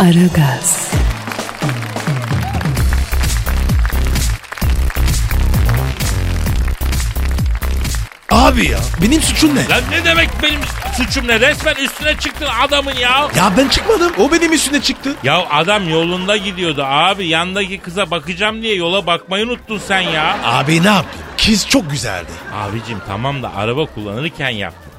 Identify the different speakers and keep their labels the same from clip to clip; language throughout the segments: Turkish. Speaker 1: Aragaz,
Speaker 2: Abi ya benim suçum ne?
Speaker 3: Lan ne demek benim suçum ne? Resmen üstüne çıktın adamın ya.
Speaker 2: Ya ben çıkmadım. O benim üstüne çıktı.
Speaker 3: Ya adam yolunda gidiyordu abi. Yandaki kıza bakacağım diye yola bakmayı unuttun sen ya.
Speaker 2: Abi ne yaptın? Kız çok güzeldi.
Speaker 3: Abicim tamam da araba kullanırken yaptın.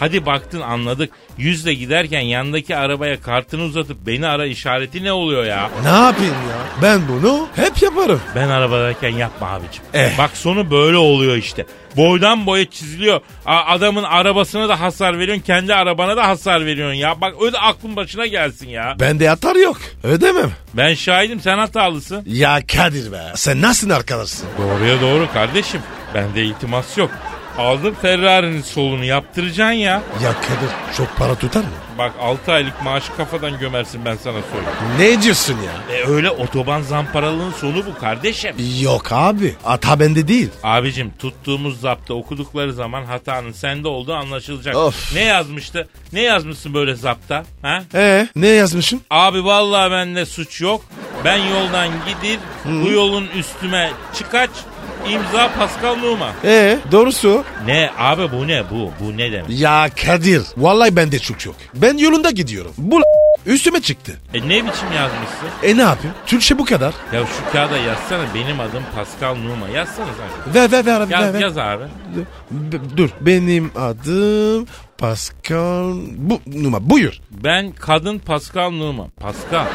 Speaker 3: Hadi baktın anladık. Yüzle giderken yandaki arabaya kartını uzatıp beni ara işareti ne oluyor ya?
Speaker 2: Ne yapayım ya? Ben bunu hep yaparım.
Speaker 3: Ben arabadayken yapma abicim.
Speaker 2: Eh.
Speaker 3: Bak sonu böyle oluyor işte. Boydan boya çiziliyor. A- adamın arabasına da hasar veriyorsun. Kendi arabana da hasar veriyorsun ya. Bak öyle aklın başına gelsin ya.
Speaker 2: Bende yatar yok. Ödemem.
Speaker 3: Ben şahidim sen hatalısın.
Speaker 2: Ya Kadir be. Sen nasılsın arkadaşsın?
Speaker 3: Doğruya doğru kardeşim. Bende iltimas yok. Aldım Ferrari'nin solunu yaptıracaksın ya.
Speaker 2: Ya Kadir çok para tutar mı?
Speaker 3: Bak 6 aylık maaşı kafadan gömersin ben sana söyleyeyim.
Speaker 2: Ne diyorsun ya?
Speaker 3: E öyle otoban zamparalığın sonu bu kardeşim.
Speaker 2: Yok abi. Ata bende değil.
Speaker 3: Abicim tuttuğumuz zapta okudukları zaman hatanın sende olduğu anlaşılacak.
Speaker 2: Of.
Speaker 3: Ne yazmıştı? Ne yazmışsın böyle zapta? Ha?
Speaker 2: Ee ne yazmışım?
Speaker 3: Abi vallahi bende suç yok. Ben yoldan gidir, bu yolun üstüme çıkaç, imza Pascal Numa.
Speaker 2: Ee doğrusu.
Speaker 3: Ne abi bu ne bu? Bu ne demek?
Speaker 2: Ya Kadir. Vallahi bende çok yok. Ben yolunda gidiyorum. Bu l- üstüme çıktı.
Speaker 3: E ne biçim yazmışsın?
Speaker 2: E ne yapayım? Türkçe bu kadar.
Speaker 3: Ya şu kağıda yazsana benim adım Pascal Numa. Yazsana sen.
Speaker 2: Ver ver ver abi ver
Speaker 3: Yaz,
Speaker 2: ver.
Speaker 3: yaz abi.
Speaker 2: B- Dur benim adım Pascal bu numara buyur.
Speaker 3: Ben kadın Pascal Numa. Pascal.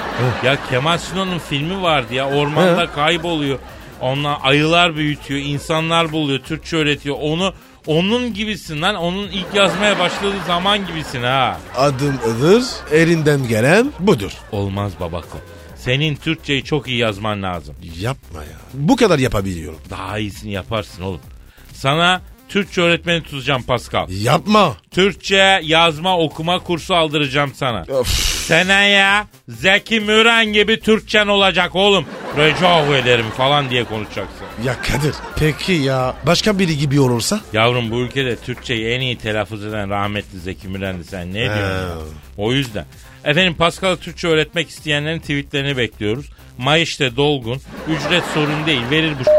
Speaker 3: ya Kemal Sunal'ın filmi vardı ya. Ormanda kayboluyor. Ondan ayılar büyütüyor. insanlar buluyor. Türkçe öğretiyor. Onu onun gibisin lan. Onun ilk yazmaya başladığı zaman gibisin ha.
Speaker 2: Adım Idır elinden gelen budur.
Speaker 3: Olmaz babako. Senin Türkçeyi çok iyi yazman lazım.
Speaker 2: Yapma ya. Bu kadar yapabiliyorum.
Speaker 3: Daha iyisini yaparsın oğlum. Sana Türkçe öğretmeni tutacağım Pascal.
Speaker 2: Yapma.
Speaker 3: Türkçe yazma okuma kursu aldıracağım sana.
Speaker 2: Öf.
Speaker 3: Seneye Zeki Müren gibi Türkçen olacak oğlum. Recahu ederim falan diye konuşacaksın.
Speaker 2: Ya Kadir peki ya başka biri gibi olursa?
Speaker 3: Yavrum bu ülkede Türkçeyi en iyi telaffuz eden rahmetli Zeki Müren'di sen ne diyorsun? O yüzden. Efendim Pascal'a Türkçe öğretmek isteyenlerin tweetlerini bekliyoruz. Mayış'ta dolgun. Ücret sorun değil. Verir bu ş-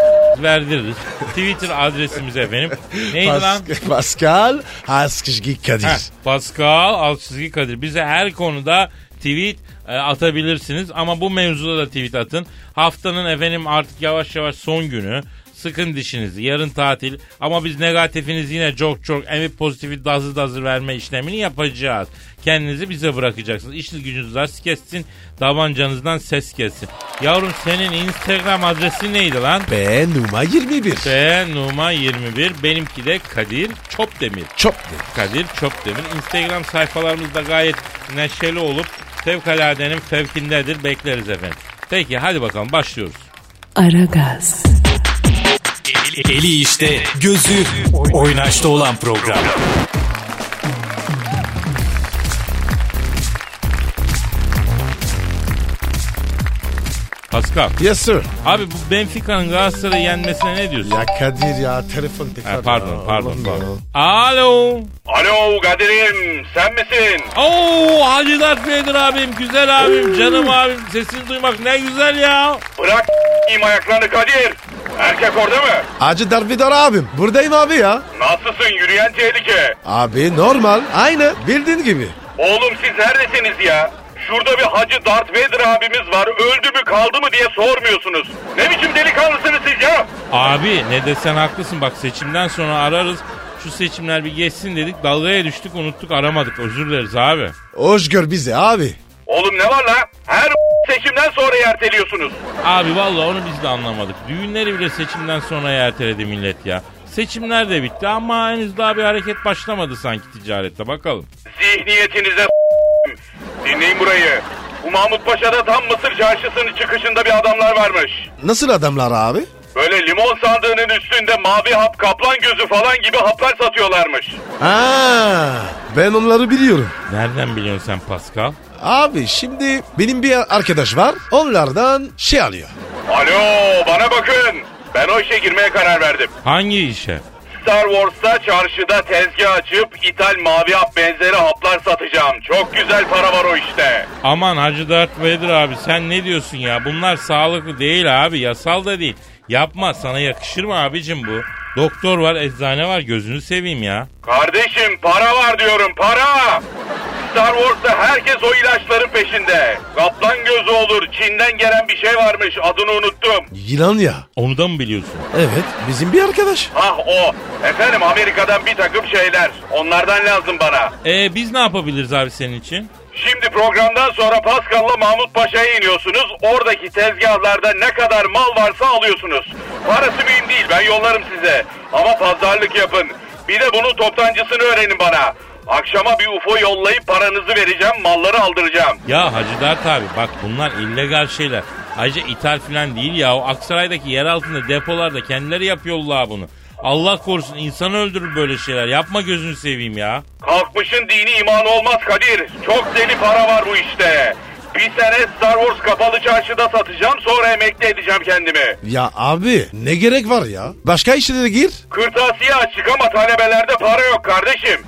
Speaker 3: verdiririz. Twitter adresimiz efendim. Neydi lan?
Speaker 2: Pas- Pascal Askışgi Kadir.
Speaker 3: Heh, Pascal Alçızgi Kadir. Bize her konuda tweet e, atabilirsiniz ama bu mevzuda da tweet atın. Haftanın efendim artık yavaş yavaş son günü. Sıkın dişinizi. Yarın tatil. Ama biz negatifinizi yine çok çok evi pozitifi dazı dazı verme işlemini yapacağız. Kendinizi bize bırakacaksınız. İşiniz gücünüz rast kessin. Davancanızdan ses kessin. Yavrum senin Instagram adresi neydi lan?
Speaker 2: B numara 21.
Speaker 3: Ve Numa 21. Benimki de Kadir Çopdemir.
Speaker 2: Çok ne?
Speaker 3: Kadir Çöpdemir. Instagram sayfalarımızda gayet neşeli olup fevkaladenin fevkindedir. Bekleriz efendim. Peki hadi bakalım başlıyoruz.
Speaker 1: Aragaz,
Speaker 4: Eli işte, gözü oynaşta olan program.
Speaker 3: Pascal.
Speaker 2: Yes sir.
Speaker 3: Abi bu Benfica'nın Galatasaray'ı yenmesine ne diyorsun?
Speaker 2: Ya Kadir ya telefon tekrar.
Speaker 3: Ha, pardon
Speaker 2: ya.
Speaker 3: pardon
Speaker 2: Allah'ım ya.
Speaker 3: pardon. Alo.
Speaker 5: Alo Kadir'im sen misin?
Speaker 3: Oo Hacı Dert Vedir abim güzel abim canım abim sesini duymak ne güzel ya.
Speaker 5: Bırak s**eyim ayaklarını Kadir. Erkek orada mı?
Speaker 2: Hacı Darvidar abim buradayım abi ya.
Speaker 5: Nasılsın yürüyen tehlike?
Speaker 2: Abi normal aynı bildiğin gibi.
Speaker 5: Oğlum siz neredesiniz ya? Şurada bir Hacı Darth Vader abimiz var. Öldü mü kaldı mı diye sormuyorsunuz. Ne biçim delikanlısınız siz ya?
Speaker 3: Abi ne desen haklısın bak seçimden sonra ararız. Şu seçimler bir geçsin dedik dalgaya düştük unuttuk aramadık özür dileriz abi.
Speaker 2: Hoş gör bizi abi.
Speaker 5: Oğlum ne var la? Her seçimden sonra erteliyorsunuz.
Speaker 3: Abi vallahi onu biz de anlamadık. Düğünleri bile seçimden sonra erteledi millet ya. Seçimler de bitti ama henüz daha bir hareket başlamadı sanki ticarette bakalım.
Speaker 5: Z zihniyetinize Dinleyin burayı. Bu Mahmut Paşa'da tam Mısır çarşısının çıkışında bir adamlar varmış.
Speaker 2: Nasıl adamlar abi?
Speaker 5: Böyle limon sandığının üstünde mavi hap, kaplan gözü falan gibi haplar satıyorlarmış.
Speaker 2: Aa, ben onları biliyorum.
Speaker 3: Nereden biliyorsun sen Pascal?
Speaker 2: Abi şimdi benim bir arkadaş var. Onlardan şey alıyor.
Speaker 5: Alo bana bakın. Ben o işe girmeye karar verdim.
Speaker 3: Hangi işe?
Speaker 5: Star Wars'ta çarşıda tezgah açıp ithal mavi hap benzeri haplar satacağım. Çok güzel para var o işte.
Speaker 3: Aman Hacı Dert Vedir abi sen ne diyorsun ya? Bunlar sağlıklı değil abi yasal da değil. Yapma sana yakışır mı abicim bu? Doktor var eczane var gözünü seveyim ya.
Speaker 5: Kardeşim para var diyorum para. Star Wars'ta herkes o ilaçların peşinde. Kaplan gözü olur. Çin'den gelen bir şey varmış. Adını unuttum.
Speaker 2: Yılan ya.
Speaker 3: Onu da mı biliyorsun?
Speaker 2: Evet bizim bir arkadaş.
Speaker 5: Ah o. Efendim Amerika'dan bir takım şeyler. Onlardan lazım bana.
Speaker 3: E biz ne yapabiliriz abi senin için?
Speaker 5: Şimdi programdan sonra Pascal'la Mahmut Paşa'ya iniyorsunuz. Oradaki tezgahlarda ne kadar mal varsa alıyorsunuz. Parası mühim değil ben yollarım size. Ama pazarlık yapın. Bir de bunun toptancısını öğrenin bana. Akşama bir UFO yollayıp paranızı vereceğim, malları aldıracağım.
Speaker 3: Ya Hacı Dert abi bak bunlar illegal şeyler. Ayrıca ithal falan değil ya. O Aksaray'daki yer altında depolarda kendileri yapıyorlar bunu. Allah korusun insanı öldürür böyle şeyler. Yapma gözünü seveyim ya.
Speaker 5: Kalkmışın dini imanı olmaz Kadir. Çok deli para var bu işte. Bir sene Star Wars kapalı çarşıda satacağım sonra emekli edeceğim kendimi.
Speaker 2: Ya abi ne gerek var ya? Başka işlere gir.
Speaker 5: Kırtasiye açık ama talebelerde para yok kardeşim.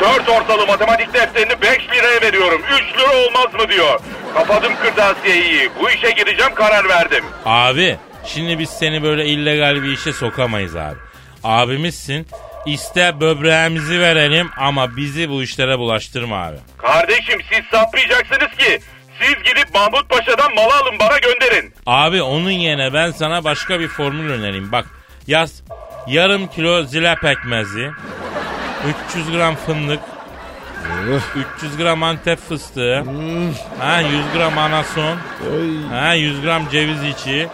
Speaker 5: Dört ortalı matematik defterini 5 liraya veriyorum. 3 lira olmaz mı diyor. Kapadım kırtasiyeyi. Bu işe gireceğim karar verdim.
Speaker 3: Abi şimdi biz seni böyle illegal bir işe sokamayız abi. Abimizsin. İste böbreğimizi verelim ama bizi bu işlere bulaştırma abi.
Speaker 5: Kardeşim siz satmayacaksınız ki. Siz gidip Mahmut Paşa'dan mal alın bana gönderin.
Speaker 3: Abi onun yerine ben sana başka bir formül önereyim. Bak yaz yarım kilo zile pekmezi, 300 gram fındık, 300 gram antep fıstığı, ha, 100 gram anason, ha, 100 gram ceviz içi,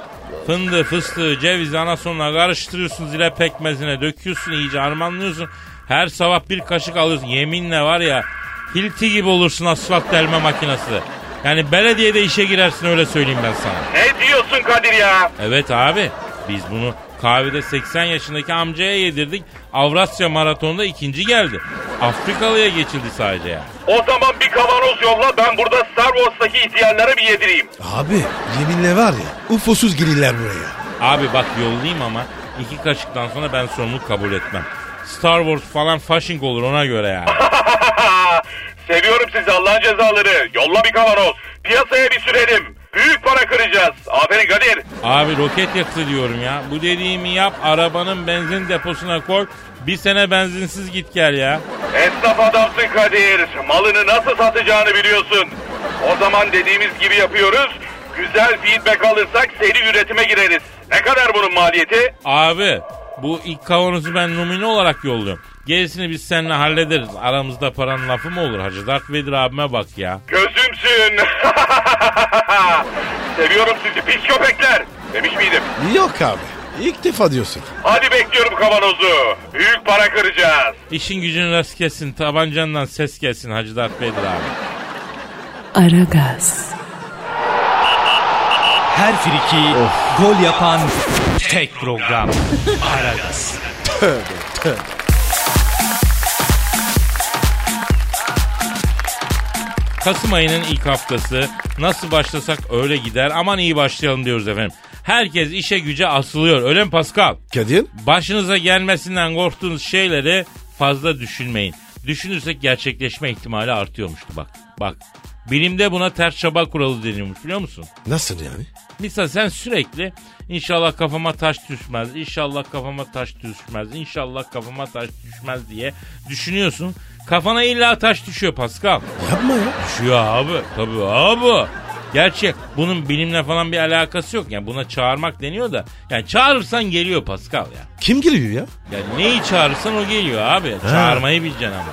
Speaker 3: fındığı, fıstığı, cevizi, anasonla karıştırıyorsun zile pekmezine, döküyorsun iyice harmanlıyorsun. Her sabah bir kaşık alıyorsun. Yeminle var ya hilti gibi olursun asfalt delme makinesi. Yani belediyede işe girersin öyle söyleyeyim ben sana.
Speaker 5: Ne diyorsun Kadir ya?
Speaker 3: Evet abi biz bunu kahvede 80 yaşındaki amcaya yedirdik. Avrasya maratonda ikinci geldi. Afrikalıya geçildi sadece ya.
Speaker 5: O zaman bir kavanoz yolla ben burada Star Wars'taki ihtiyarlara bir yedireyim.
Speaker 2: Abi yeminle var ya ufosuz girirler buraya.
Speaker 3: Abi bak yollayayım ama iki kaşıktan sonra ben sorumluluk kabul etmem. Star Wars falan faşink olur ona göre yani.
Speaker 5: Seviyorum sizi Allah'ın cezaları. Yolla bir kavanoz. Piyasaya bir sürelim. Büyük para kıracağız. Aferin Kadir.
Speaker 3: Abi roket yakıtı diyorum ya. Bu dediğimi yap arabanın benzin deposuna koy. Bir sene benzinsiz git gel ya.
Speaker 5: Esnaf adamsın Kadir. Malını nasıl satacağını biliyorsun. O zaman dediğimiz gibi yapıyoruz. Güzel feedback alırsak seri üretime gireriz. Ne kadar bunun maliyeti?
Speaker 3: Abi bu ilk kavanozu ben numune olarak yolluyorum. Gerisini biz seninle hallederiz. Aramızda paranın lafı mı olur Hacı Darth Vader abime bak ya.
Speaker 5: Gözümsün. Seviyorum sizi pis köpekler. Demiş miydim?
Speaker 2: Yok abi ilk defa diyorsun.
Speaker 5: Hadi bekliyorum kavanozu. Büyük para kıracağız.
Speaker 3: İşin gücün rast gelsin, tabancandan ses gelsin Hacı Darth Vader abi.
Speaker 1: Aragaz,
Speaker 4: Her friki gol yapan tek program. Aragaz.
Speaker 3: Kasım ayının ilk haftası nasıl başlasak öyle gider aman iyi başlayalım diyoruz efendim. Herkes işe güce asılıyor öyle mi Pascal?
Speaker 2: Kadir
Speaker 3: Başınıza gelmesinden korktuğunuz şeyleri fazla düşünmeyin. Düşünürsek gerçekleşme ihtimali artıyormuştu bak. Bak bilimde buna ters çaba kuralı deniyormuş biliyor musun?
Speaker 2: nasıl yani?
Speaker 3: Misal sen sürekli inşallah kafama taş düşmez, inşallah kafama taş düşmez, inşallah kafama taş düşmez diye düşünüyorsun. Kafana illa taş düşüyor Pascal.
Speaker 2: Yapma ya.
Speaker 3: Düşüyor abi. Tabii abi. Gerçi bunun bilimle falan bir alakası yok. Yani buna çağırmak deniyor da. Yani çağırırsan geliyor Pascal ya.
Speaker 2: Kim giriyor ya?
Speaker 3: Yani neyi çağırırsan o geliyor abi. Çağırmayı bileceksin ama.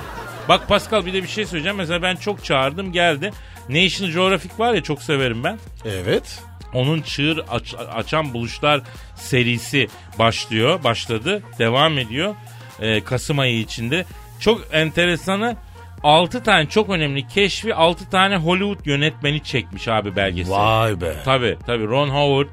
Speaker 3: Bak Pascal bir de bir şey söyleyeceğim. Mesela ben çok çağırdım geldi. National Geographic var ya çok severim ben.
Speaker 2: Evet.
Speaker 3: Onun çığır aç- açan buluşlar serisi başlıyor, e, başladı, devam ediyor. Ee, Kasım ayı içinde. Çok enteresanı 6 tane çok önemli keşfi 6 tane Hollywood yönetmeni çekmiş abi belgesel.
Speaker 2: Vay be.
Speaker 3: Tabi tabi Ron Howard,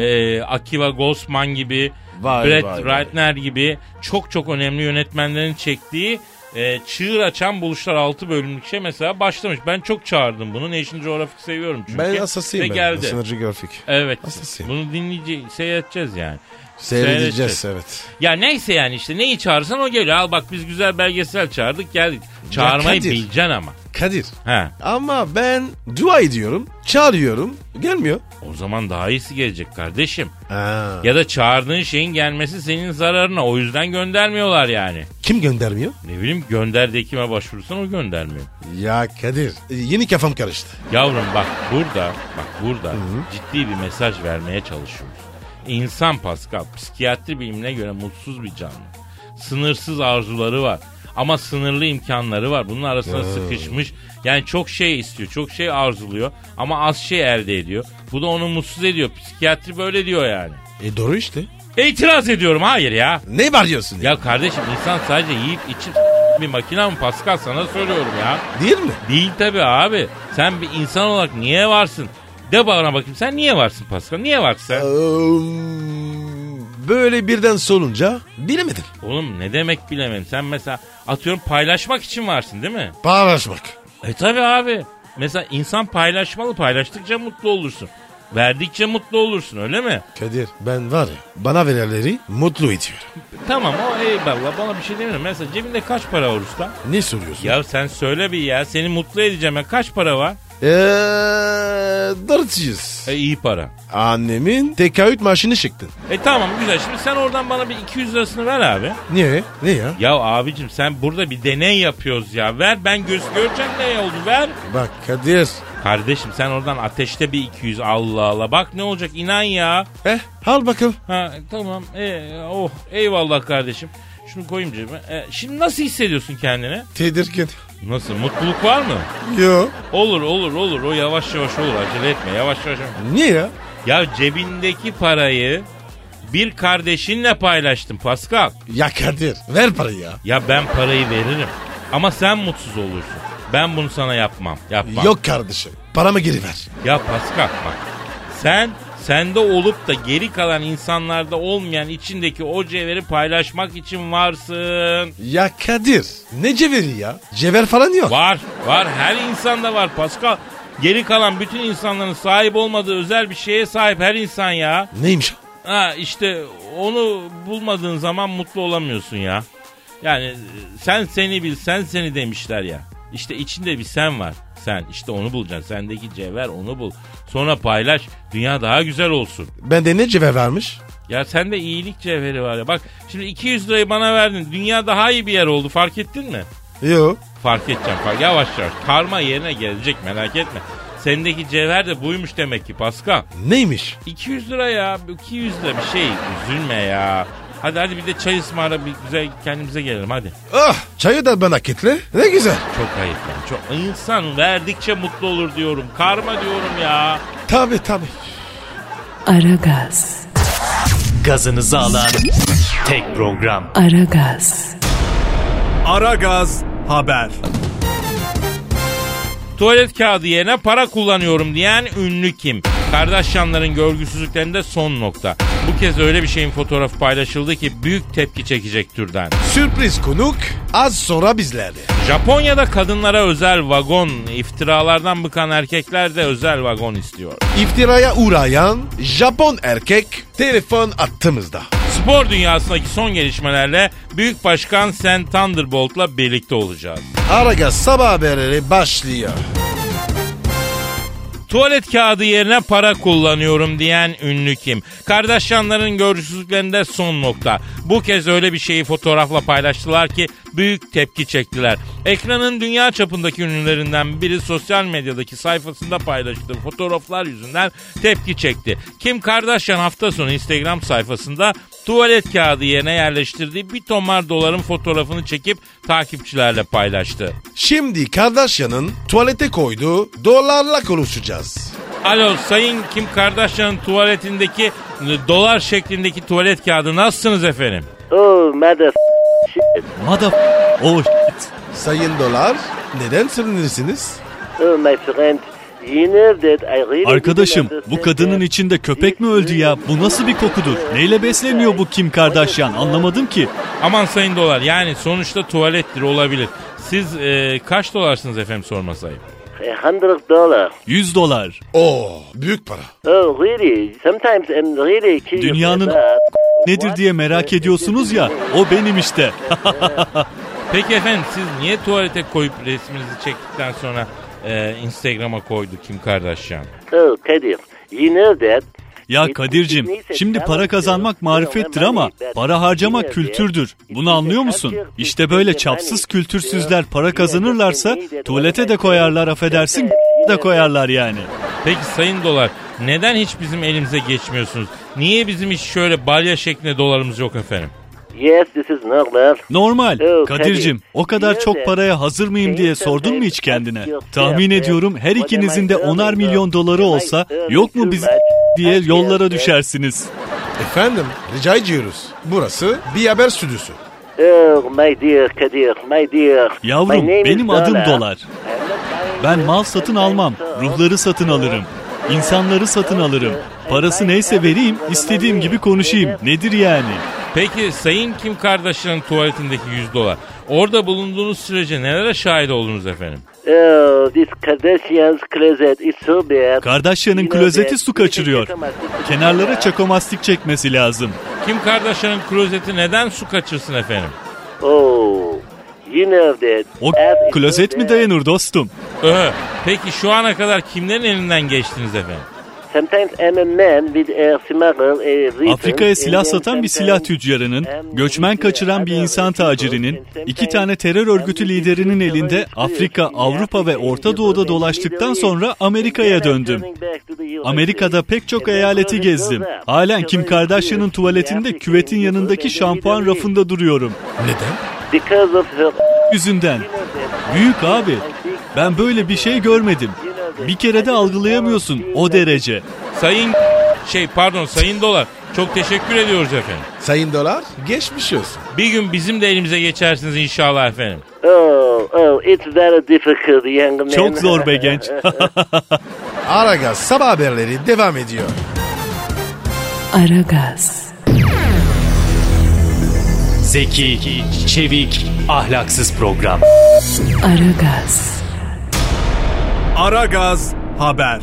Speaker 2: Ya.
Speaker 3: e, Akiva Goldsman gibi,
Speaker 2: Vay,
Speaker 3: Brett
Speaker 2: vay, vay.
Speaker 3: Ratner gibi çok çok önemli yönetmenlerin çektiği e, çığır açan buluşlar 6 bölümlük şey mesela başlamış. Ben çok çağırdım bunu. National Geographic seviyorum çünkü.
Speaker 2: Ben asasıyım
Speaker 3: Ve
Speaker 2: ben.
Speaker 3: geldi.
Speaker 2: Sınırcı grafik.
Speaker 3: Evet.
Speaker 2: Asasıyım.
Speaker 3: Bunu dinleyeceğiz, seyredeceğiz yani.
Speaker 2: Seyredeceğiz evet.
Speaker 3: Ya neyse yani işte neyi çağırırsan o geliyor. Al bak biz güzel belgesel çağırdık geldik. Çağırmayı
Speaker 2: Kadir.
Speaker 3: bileceksin ama.
Speaker 2: Kadir
Speaker 3: He.
Speaker 2: ama ben dua ediyorum, çağırıyorum, gelmiyor.
Speaker 3: O zaman daha iyisi gelecek kardeşim.
Speaker 2: Ha.
Speaker 3: Ya da çağırdığın şeyin gelmesi senin zararına. O yüzden göndermiyorlar yani.
Speaker 2: Kim göndermiyor?
Speaker 3: Ne bileyim gönder de kime başvurursan o göndermiyor.
Speaker 2: Ya Kadir e, yeni kafam karıştı.
Speaker 3: Yavrum bak burada, bak burada ciddi bir mesaj vermeye çalışıyoruz. İnsan Pascal, psikiyatri bilimine göre mutsuz bir canlı. Sınırsız arzuları var. Ama sınırlı imkanları var. Bunun arasına sıkışmış. Yani çok şey istiyor, çok şey arzuluyor. Ama az şey elde ediyor. Bu da onu mutsuz ediyor. Psikiyatri böyle diyor yani.
Speaker 2: E doğru işte.
Speaker 3: İtiraz ediyorum, hayır ya.
Speaker 2: Ne var diyorsun? Ya.
Speaker 3: Ya kardeşim insan sadece yiyip içip bir makina mı Pascal sana söylüyorum ya.
Speaker 2: Değil mi?
Speaker 3: Değil tabi abi. Sen bir insan olarak niye varsın? De bana bakayım sen niye varsın Pascal? Niye varsın sen?
Speaker 2: Eee, Böyle birden solunca bilemedim.
Speaker 3: Oğlum ne demek bilemem. Sen mesela atıyorum paylaşmak için varsın değil mi?
Speaker 2: Paylaşmak.
Speaker 3: E tabi abi. Mesela insan paylaşmalı. Paylaştıkça mutlu olursun. Verdikçe mutlu olursun öyle mi?
Speaker 2: Kadir ben var ya bana verenleri mutlu ediyor.
Speaker 3: Tamam o eyvallah bana bir şey demiyorum. Mesela cebinde kaç para var usta?
Speaker 2: Ne soruyorsun?
Speaker 3: Ya sen söyle bir ya. Seni mutlu edeceğim. ben. Kaç para var?
Speaker 2: Eee 400.
Speaker 3: E iyi para.
Speaker 2: Annemin tekaüt maaşını çıktın.
Speaker 3: E tamam güzel. Şimdi sen oradan bana bir 200 lirasını ver abi.
Speaker 2: Niye? Ne ya?
Speaker 3: Ya abicim sen burada bir deney yapıyoruz ya. Ver ben göz göreceğim ne oldu ver.
Speaker 2: Bak Kadir.
Speaker 3: Kardeşim sen oradan ateşte bir 200 Allah Allah. Bak ne olacak inan ya.
Speaker 2: Eh al bakalım.
Speaker 3: Ha tamam. E, oh eyvallah kardeşim. Şunu koyayım cebime. E, şimdi nasıl hissediyorsun kendini?
Speaker 2: Tedirgin.
Speaker 3: Nasıl? Mutluluk var mı?
Speaker 2: Yo.
Speaker 3: Olur olur olur. O yavaş yavaş olur. Acele etme. Yavaş yavaş.
Speaker 2: Niye ya?
Speaker 3: Ya cebindeki parayı bir kardeşinle paylaştım Pascal.
Speaker 2: Ya Kadir ver parayı ya.
Speaker 3: Ya ben parayı veririm. Ama sen mutsuz olursun. Ben bunu sana yapmam. Yapmam.
Speaker 2: Yok kardeşim paramı geri ver.
Speaker 3: Ya Pascal bak. Sen sende olup da geri kalan insanlarda olmayan içindeki o cevheri paylaşmak için varsın.
Speaker 2: Ya Kadir ne cevheri ya? Cevher falan yok.
Speaker 3: Var. Var. Her insanda var Pascal. Geri kalan bütün insanların sahip olmadığı özel bir şeye sahip her insan ya.
Speaker 2: Neymiş?
Speaker 3: Ha işte onu bulmadığın zaman mutlu olamıyorsun ya. Yani e, sen seni bil, sen seni demişler ya. İşte içinde bir sen var. Sen işte onu bulacaksın. Sendeki cevher onu bul. Sonra paylaş. Dünya daha güzel olsun.
Speaker 2: Bende ne cevher vermiş?
Speaker 3: Ya sende iyilik cevheri var ya. Bak şimdi 200 lirayı bana verdin. Dünya daha iyi bir yer oldu. Fark ettin mi?
Speaker 2: Yo.
Speaker 3: Fark edeceğim. Fark. Yavaş yavaş. Karma yerine gelecek merak etme. Sendeki cevher de buymuş demek ki Pascal.
Speaker 2: Neymiş?
Speaker 3: 200 lira ya. 200 lira bir şey. Üzülme ya. Hadi hadi bir de çay ısmarla bir güzel kendimize gelelim hadi.
Speaker 2: Ah çayı da bana kitle. Ne güzel.
Speaker 3: Çok ayıp yani. Çok insan verdikçe mutlu olur diyorum. Karma diyorum ya.
Speaker 2: Tabi tabi.
Speaker 1: Aragaz,
Speaker 4: Gazınızı alan tek program.
Speaker 1: Aragaz,
Speaker 4: Aragaz Haber.
Speaker 3: Tuvalet kağıdı yerine para kullanıyorum diyen ünlü kim? Kardashianların görgüsüzlüklerinde son nokta. Bu kez öyle bir şeyin fotoğrafı paylaşıldı ki büyük tepki çekecek türden.
Speaker 2: Sürpriz konuk az sonra bizlerle.
Speaker 3: Japonya'da kadınlara özel vagon, iftiralardan bıkan erkekler de özel vagon istiyor.
Speaker 2: İftiraya uğrayan Japon erkek telefon attığımızda.
Speaker 3: Spor dünyasındaki son gelişmelerle Büyük Başkan Sen Thunderbolt'la birlikte olacağız.
Speaker 2: Aragaz sabah haberleri başlıyor.
Speaker 3: Tuvalet kağıdı yerine para kullanıyorum diyen ünlü kim? Kardashianların görgüsüzlüklerinde son nokta. Bu kez öyle bir şeyi fotoğrafla paylaştılar ki büyük tepki çektiler. Ekranın dünya çapındaki ünlülerinden biri sosyal medyadaki sayfasında paylaştığı fotoğraflar yüzünden tepki çekti. Kim Kardashian hafta sonu Instagram sayfasında tuvalet kağıdı yerine yerleştirdiği bir tomar doların fotoğrafını çekip takipçilerle paylaştı.
Speaker 2: Şimdi Kardashian'ın tuvalete koyduğu dolarla konuşacağız.
Speaker 3: Alo Sayın Kim Kardashian'ın tuvaletindeki e, dolar şeklindeki tuvalet kağıdı nasılsınız efendim?
Speaker 6: Oh mother
Speaker 4: Mother... Oh shit.
Speaker 2: Sayın dolar Neden sürünürsünüz?
Speaker 4: Arkadaşım bu kadının içinde köpek mi öldü ya? Bu nasıl bir kokudur? Neyle besleniyor bu Kim Kardashian? Anlamadım ki.
Speaker 3: Aman sayın dolar yani sonuçta tuvalettir olabilir. Siz e, kaç dolarsınız efendim sormasayım?
Speaker 7: E, 100 dollars.
Speaker 4: 100 dolar.
Speaker 2: Oo büyük para.
Speaker 7: Oh really? Sometimes I'm really curious
Speaker 4: Dünyanın
Speaker 7: about
Speaker 4: nedir
Speaker 7: what-
Speaker 4: diye merak ediyorsunuz ya. O benim işte.
Speaker 3: Peki efendim siz niye tuvalete koyup resminizi çektikten sonra e, Instagram'a koydu Kim Kardashian?
Speaker 7: Oh Kadir, you know that
Speaker 4: Ya Kadir'cim, şimdi para kazanmak marifettir ama para harcamak kültürdür. Bunu anlıyor musun? İşte böyle çapsız kültürsüzler para kazanırlarsa tuvalete de koyarlar affedersin de koyarlar yani.
Speaker 3: Peki sayın dolar neden hiç bizim elimize geçmiyorsunuz? Niye bizim hiç şöyle balya şeklinde dolarımız yok efendim?
Speaker 7: Yes, this is normal.
Speaker 4: Normal.
Speaker 7: Evet,
Speaker 4: Kadir'cim
Speaker 7: tabii.
Speaker 4: o kadar çok paraya hazır mıyım diye sordun mu hiç kendine? Tahmin ediyorum her ikinizin de onar milyon doları olsa yok mu biz diye yollara düşersiniz.
Speaker 2: Efendim rica ediyoruz. Burası bir haber stüdyosu.
Speaker 7: Oh my dear Kadir, my dear.
Speaker 4: Yavrum
Speaker 7: My name is
Speaker 4: benim adım
Speaker 7: Dollar.
Speaker 4: Dolar. Ben mal satın almam, ruhları satın alırım. İnsanları satın alırım. Parası neyse vereyim, istediğim gibi konuşayım. Nedir yani?
Speaker 3: Peki sayın Kim Kardashian'ın tuvaletindeki 100 dolar. Orada bulunduğunuz sürece nelere şahit oldunuz efendim?
Speaker 7: Oh, this Kardashian's closet is so bad.
Speaker 4: Kardashian'ın klozeti su kaçırıyor. Kenarlara çakomastik çekmesi lazım.
Speaker 3: Kim Kardashian'ın klozeti neden su kaçırsın efendim?
Speaker 7: Oh, you know that.
Speaker 4: O
Speaker 7: As it's
Speaker 4: klozet
Speaker 7: so
Speaker 4: mi
Speaker 7: bad,
Speaker 4: dayanır dostum?
Speaker 3: Öhö. Peki şu ana kadar kimlerin elinden geçtiniz efendim?
Speaker 7: Sometimes I'm a man with a smuggle, a reason,
Speaker 4: Afrika'ya silah
Speaker 7: and then
Speaker 4: satan bir silah
Speaker 7: sometimes-
Speaker 4: tüccarının, göçmen kaçıran bir insan tacirinin, iki tane terör örgütü liderinin elinde Afrika, Avrupa ve Orta Doğu'da dolaştıktan sonra Amerika'ya döndüm. Amerika'da pek çok eyaleti gezdim. Halen Kim Kardashian'ın tuvaletinde küvetin yanındaki şampuan rafında duruyorum.
Speaker 2: Neden?
Speaker 7: Because of her-
Speaker 4: Yüzünden. Büyük abi. Ben böyle bir şey görmedim. Bir kere de algılayamıyorsun o derece.
Speaker 3: Sayın şey pardon sayın dolar çok teşekkür ediyoruz efendim.
Speaker 2: Sayın Dolar geçmiş olsun.
Speaker 3: Bir gün bizim de elimize geçersiniz inşallah efendim.
Speaker 7: Oh, oh, it's very difficult, young man.
Speaker 4: Çok zor be genç.
Speaker 2: Aragaz sabah haberleri devam ediyor.
Speaker 1: Aragaz,
Speaker 4: Zeki, çevik, ahlaksız program.
Speaker 1: Aragaz,
Speaker 4: Aragaz Haber.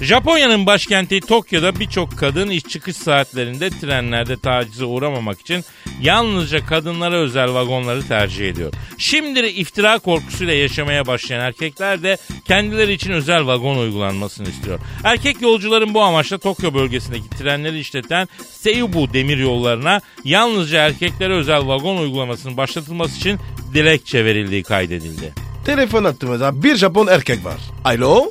Speaker 3: Japonya'nın başkenti Tokyo'da birçok kadın iş çıkış saatlerinde trenlerde tacize uğramamak için yalnızca kadınlara özel vagonları tercih ediyor. Şimdi iftira korkusuyla yaşamaya başlayan erkekler de kendileri için özel vagon uygulanmasını istiyor. Erkek yolcuların bu amaçla Tokyo bölgesindeki trenleri işleten Seibu demir yollarına yalnızca erkeklere özel vagon uygulamasının başlatılması için dilekçe verildiği kaydedildi.
Speaker 2: Telefon attığımızda bir Japon erkek var. Alo?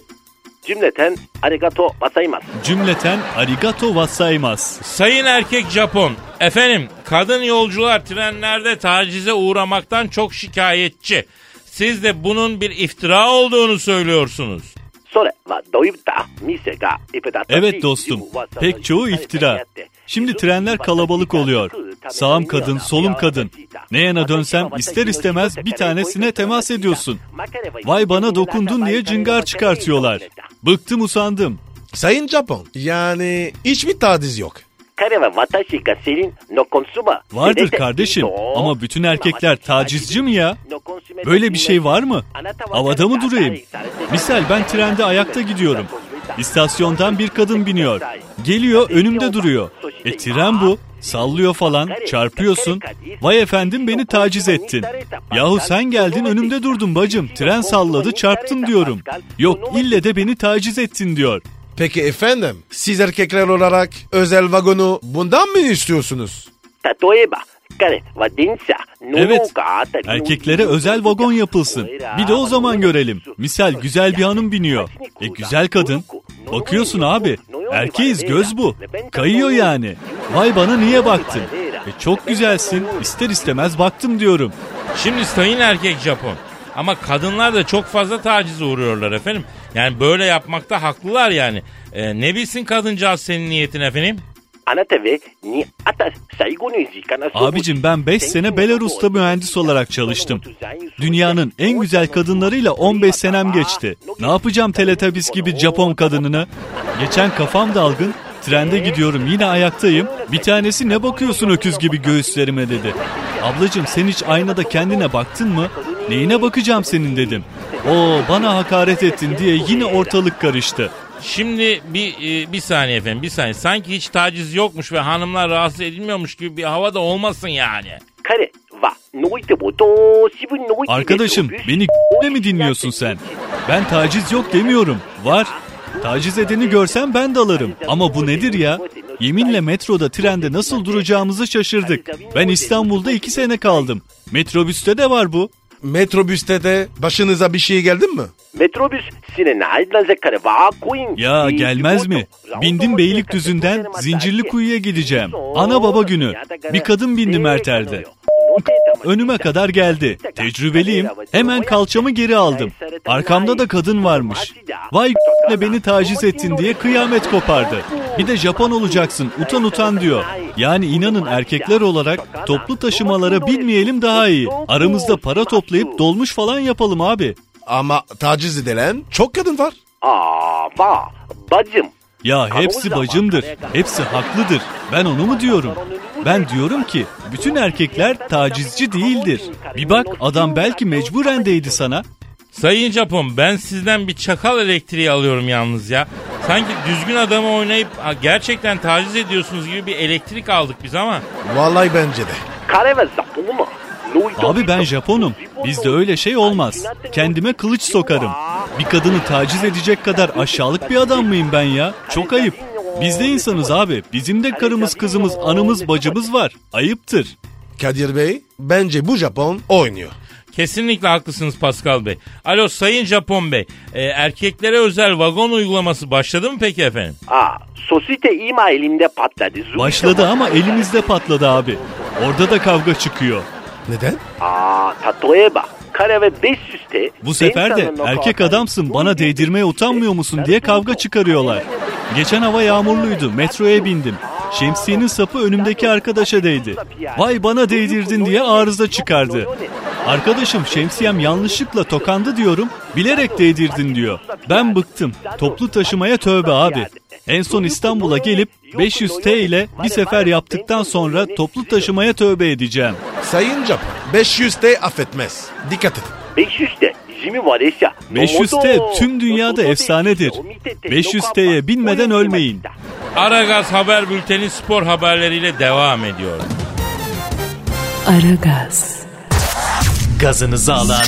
Speaker 7: Cümleten arigato basaymas.
Speaker 4: Cümleten arigato wasaimasu.
Speaker 3: Sayın erkek Japon, efendim kadın yolcular trenlerde tacize uğramaktan çok şikayetçi. Siz de bunun bir iftira olduğunu söylüyorsunuz.
Speaker 7: Sore wa doyuta mise ga ipedata.
Speaker 4: Evet dostum, pek çoğu iftira. Şimdi trenler kalabalık oluyor. Sağım kadın, solum kadın. Ne yana dönsem ister istemez bir tanesine temas ediyorsun. Vay bana dokundun diye cıngar çıkartıyorlar. Bıktım usandım.
Speaker 2: Sayın Japon. Yani hiç mi taciz yok?
Speaker 7: Kare wa watashi ga senin no konsuma.
Speaker 4: Vardır kardeşim ama bütün erkekler tacizci mi ya? Böyle bir şey var mı? Havada mı durayım? Misal ben trende ayakta gidiyorum. İstasyondan bir kadın biniyor. Geliyor önümde duruyor. E tren bu. Sallıyor falan, çarpıyorsun. Vay efendim beni taciz ettin. Yahu sen geldin önümde durdun bacım. Tren salladı çarptın diyorum. Yok ille de beni taciz ettin diyor.
Speaker 2: Peki efendim siz erkekler olarak özel vagonu bundan mı istiyorsunuz?
Speaker 7: Tatoeba. Kare wa densa no
Speaker 4: Evet.
Speaker 7: ga atari no
Speaker 4: Erkeklere
Speaker 7: uchi no
Speaker 4: özel vagon yapılsın. Bir de o zaman görelim. Misal güzel bir hanım biniyor. E güzel kadın. Bakıyorsun abi. Erkeğiz göz bu. Kayıyor yani. Vay bana niye baktın? E çok güzelsin. İster istemez baktım diyorum.
Speaker 3: Şimdi sayın erkek Japon. Ama kadınlar da çok fazla tacize uğruyorlar efendim. Yani böyle yapmakta haklılar yani. Ee, ne bilsin kadıncağız senin niyetin efendim?
Speaker 4: Abicim ben 5 sene Belarus'ta mühendis olarak çalıştım. Dünyanın en güzel kadınlarıyla 15 senem geçti. Ne yapacağım Teletubbies gibi Japon kadınını? Geçen kafam dalgın, trende gidiyorum yine ayaktayım. Bir tanesi ne bakıyorsun öküz gibi göğüslerime dedi. Ablacım sen hiç aynada kendine baktın mı? Neyine bakacağım senin dedim. Oo bana hakaret ettin diye yine ortalık karıştı.
Speaker 3: Şimdi bir e, bir saniye efendim bir saniye. Sanki hiç taciz yokmuş ve hanımlar rahatsız edilmiyormuş gibi bir hava da olmasın yani.
Speaker 4: Arkadaşım beni ne mi dinliyorsun sen? Ben taciz yok demiyorum. Var. Taciz edeni görsem ben de alırım. Ama bu nedir ya? Yeminle metroda, trende nasıl duracağımızı şaşırdık. Ben İstanbul'da iki sene kaldım. Metrobüste de var bu.
Speaker 2: Metrobüste de başınıza bir şey geldi mi?
Speaker 6: Metrobüs sine
Speaker 4: Ya gelmez mi? Bindim Beylikdüzü'nden Zincirlikuyu'ya gideceğim. Ana baba günü. Bir kadın bindi Merter'de. Önüme kadar geldi. Tecrübeliyim. Hemen kalçamı geri aldım. Arkamda da kadın varmış. Vay ne beni taciz ettin diye kıyamet kopardı. Bir de Japon olacaksın utan utan diyor. Yani inanın erkekler olarak toplu taşımalara binmeyelim daha iyi. Aramızda para toplayıp dolmuş falan yapalım abi.
Speaker 2: Ama taciz edilen çok kadın var.
Speaker 6: bacım.
Speaker 4: Ya hepsi bacımdır. Hepsi haklıdır. Ben onu mu diyorum? Ben diyorum ki bütün erkekler tacizci değildir. Bir bak adam belki mecburen değdi sana.
Speaker 3: Sayın Japon ben sizden bir çakal elektriği alıyorum yalnız ya. Sanki düzgün adamı oynayıp ha, gerçekten taciz ediyorsunuz gibi bir elektrik aldık biz ama.
Speaker 2: Vallahi bence de.
Speaker 4: Abi ben Japonum. Bizde öyle şey olmaz. Kendime kılıç sokarım. Bir kadını taciz edecek kadar aşağılık bir adam mıyım ben ya? Çok ayıp. Biz de insanız abi. Bizim de karımız, kızımız, anımız, bacımız var. Ayıptır.
Speaker 2: Kadir Bey bence bu Japon oynuyor.
Speaker 3: Kesinlikle haklısınız Pascal Bey. Alo Sayın Japon Bey. e, erkeklere özel vagon uygulaması başladı mı peki efendim?
Speaker 6: Aa, sosyete ima elimde patladı. Zul-
Speaker 4: Başladı ama elimizde patladı abi. Orada da kavga çıkıyor.
Speaker 2: Neden?
Speaker 6: Aa, tatoeba. Kare ve 500'te.
Speaker 4: Bu sefer de erkek adamsın bana değdirmeye utanmıyor musun
Speaker 7: şey
Speaker 4: diye kavga çıkarıyorlar. Geçen hava yağmurluydu. Metroya bindim. Şemsiyenin sapı önümdeki arkadaşa değdi. Vay bana değdirdin diye arıza çıkardı. Arkadaşım şemsiyem yanlışlıkla tokandı diyorum. Bilerek değdirdin diyor. Ben bıktım. Toplu taşımaya tövbe abi. En son İstanbul'a gelip 500 T ile bir sefer yaptıktan sonra toplu taşımaya tövbe edeceğim.
Speaker 2: Sayın Japon 500 T affetmez. Dikkat et.
Speaker 6: 500'te. Jimmy var ya.
Speaker 4: 500 T tüm dünyada efsanedir. 500 T'ye binmeden ölmeyin.
Speaker 3: Aragaz Haber Bülteni spor haberleriyle devam ediyor.
Speaker 1: Aragaz,
Speaker 8: Gazınızı alan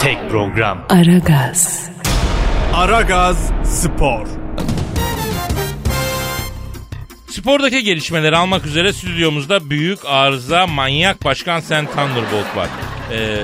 Speaker 8: tek program.
Speaker 1: Aragaz,
Speaker 8: Aragaz Spor.
Speaker 3: Spordaki gelişmeleri almak üzere stüdyomuzda büyük arıza manyak başkan Sen Thunderbolt var. Ee,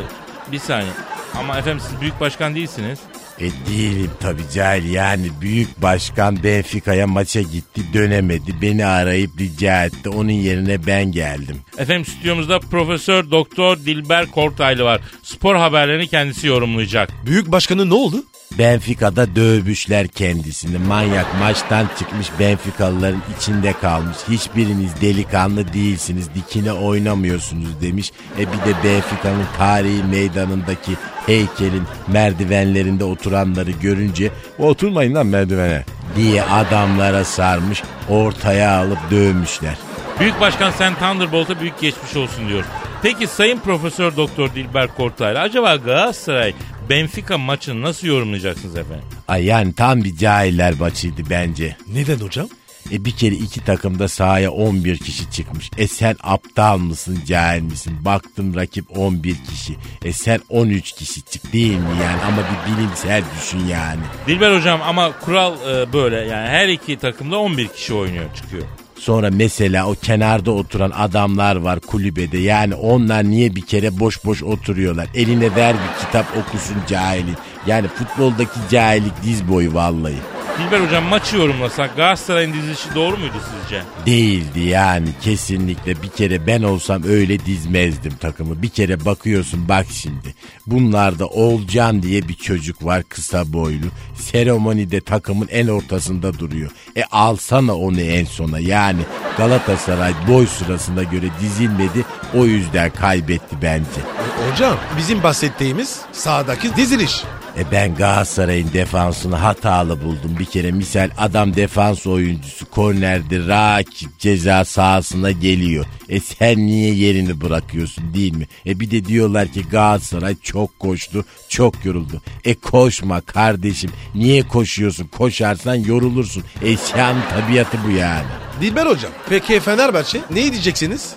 Speaker 3: bir saniye. Ama efendim siz büyük başkan değilsiniz.
Speaker 9: E değilim tabii cahil yani büyük başkan Benfica'ya maça gitti dönemedi beni arayıp rica etti onun yerine ben geldim.
Speaker 3: Efendim stüdyomuzda Profesör Doktor Dilber Kortaylı var. Spor haberlerini kendisi yorumlayacak.
Speaker 2: Büyük başkanı ne oldu?
Speaker 9: Benfica'da dövmüşler kendisini manyak maçtan çıkmış Benficalıların içinde kalmış hiçbiriniz delikanlı değilsiniz dikine oynamıyorsunuz demiş. E bir de Benfica'nın tarihi meydanındaki heykelin merdivenlerinde oturanları görünce oturmayın lan merdivene diye adamlara sarmış ortaya alıp dövmüşler.
Speaker 3: Büyük Başkan Sen Thunderbolt'a büyük geçmiş olsun diyor. Peki Sayın Profesör Doktor Dilber Kortaylı acaba Galatasaray Benfica maçını nasıl yorumlayacaksınız efendim?
Speaker 9: Ay yani tam bir cahiller maçıydı bence.
Speaker 2: Neden hocam?
Speaker 9: E bir kere iki takım da sahaya 11 kişi çıkmış. E sen aptal mısın cahil misin? Baktım rakip 11 kişi. E sen 13 kişi çık değil mi yani? Ama bir bilimsel düşün yani.
Speaker 3: Dilber hocam ama kural e, böyle yani her iki takımda 11 kişi oynuyor çıkıyor.
Speaker 9: Sonra mesela o kenarda oturan adamlar var kulübede. Yani onlar niye bir kere boş boş oturuyorlar? Eline ver bir kitap okusun cahilin. Yani futboldaki cahillik diz boyu vallahi.
Speaker 3: Dilber hocam maçı yorumlasak Galatasaray'ın dizilişi doğru muydu sizce?
Speaker 9: Değildi yani kesinlikle bir kere ben olsam öyle dizmezdim takımı. Bir kere bakıyorsun bak şimdi. Bunlarda Olcan diye bir çocuk var kısa boylu. Seremonide takımın en ortasında duruyor. E alsana onu en sona yani Galatasaray boy sırasına göre dizilmedi. O yüzden kaybetti bence.
Speaker 2: E, Hocam bizim bahsettiğimiz sağdaki diziliş.
Speaker 9: E ben Galatasaray'ın defansını hatalı buldum. Bir kere misal adam defans oyuncusu kornerde rakip ceza sahasına geliyor. E sen niye yerini bırakıyorsun değil mi? E bir de diyorlar ki Galatasaray çok koştu, çok yoruldu. E koşma kardeşim. Niye koşuyorsun? Koşarsan yorulursun. Eşyanın tabiatı bu yani.
Speaker 2: Dilber hocam. Peki Fenerbahçe ne diyeceksiniz?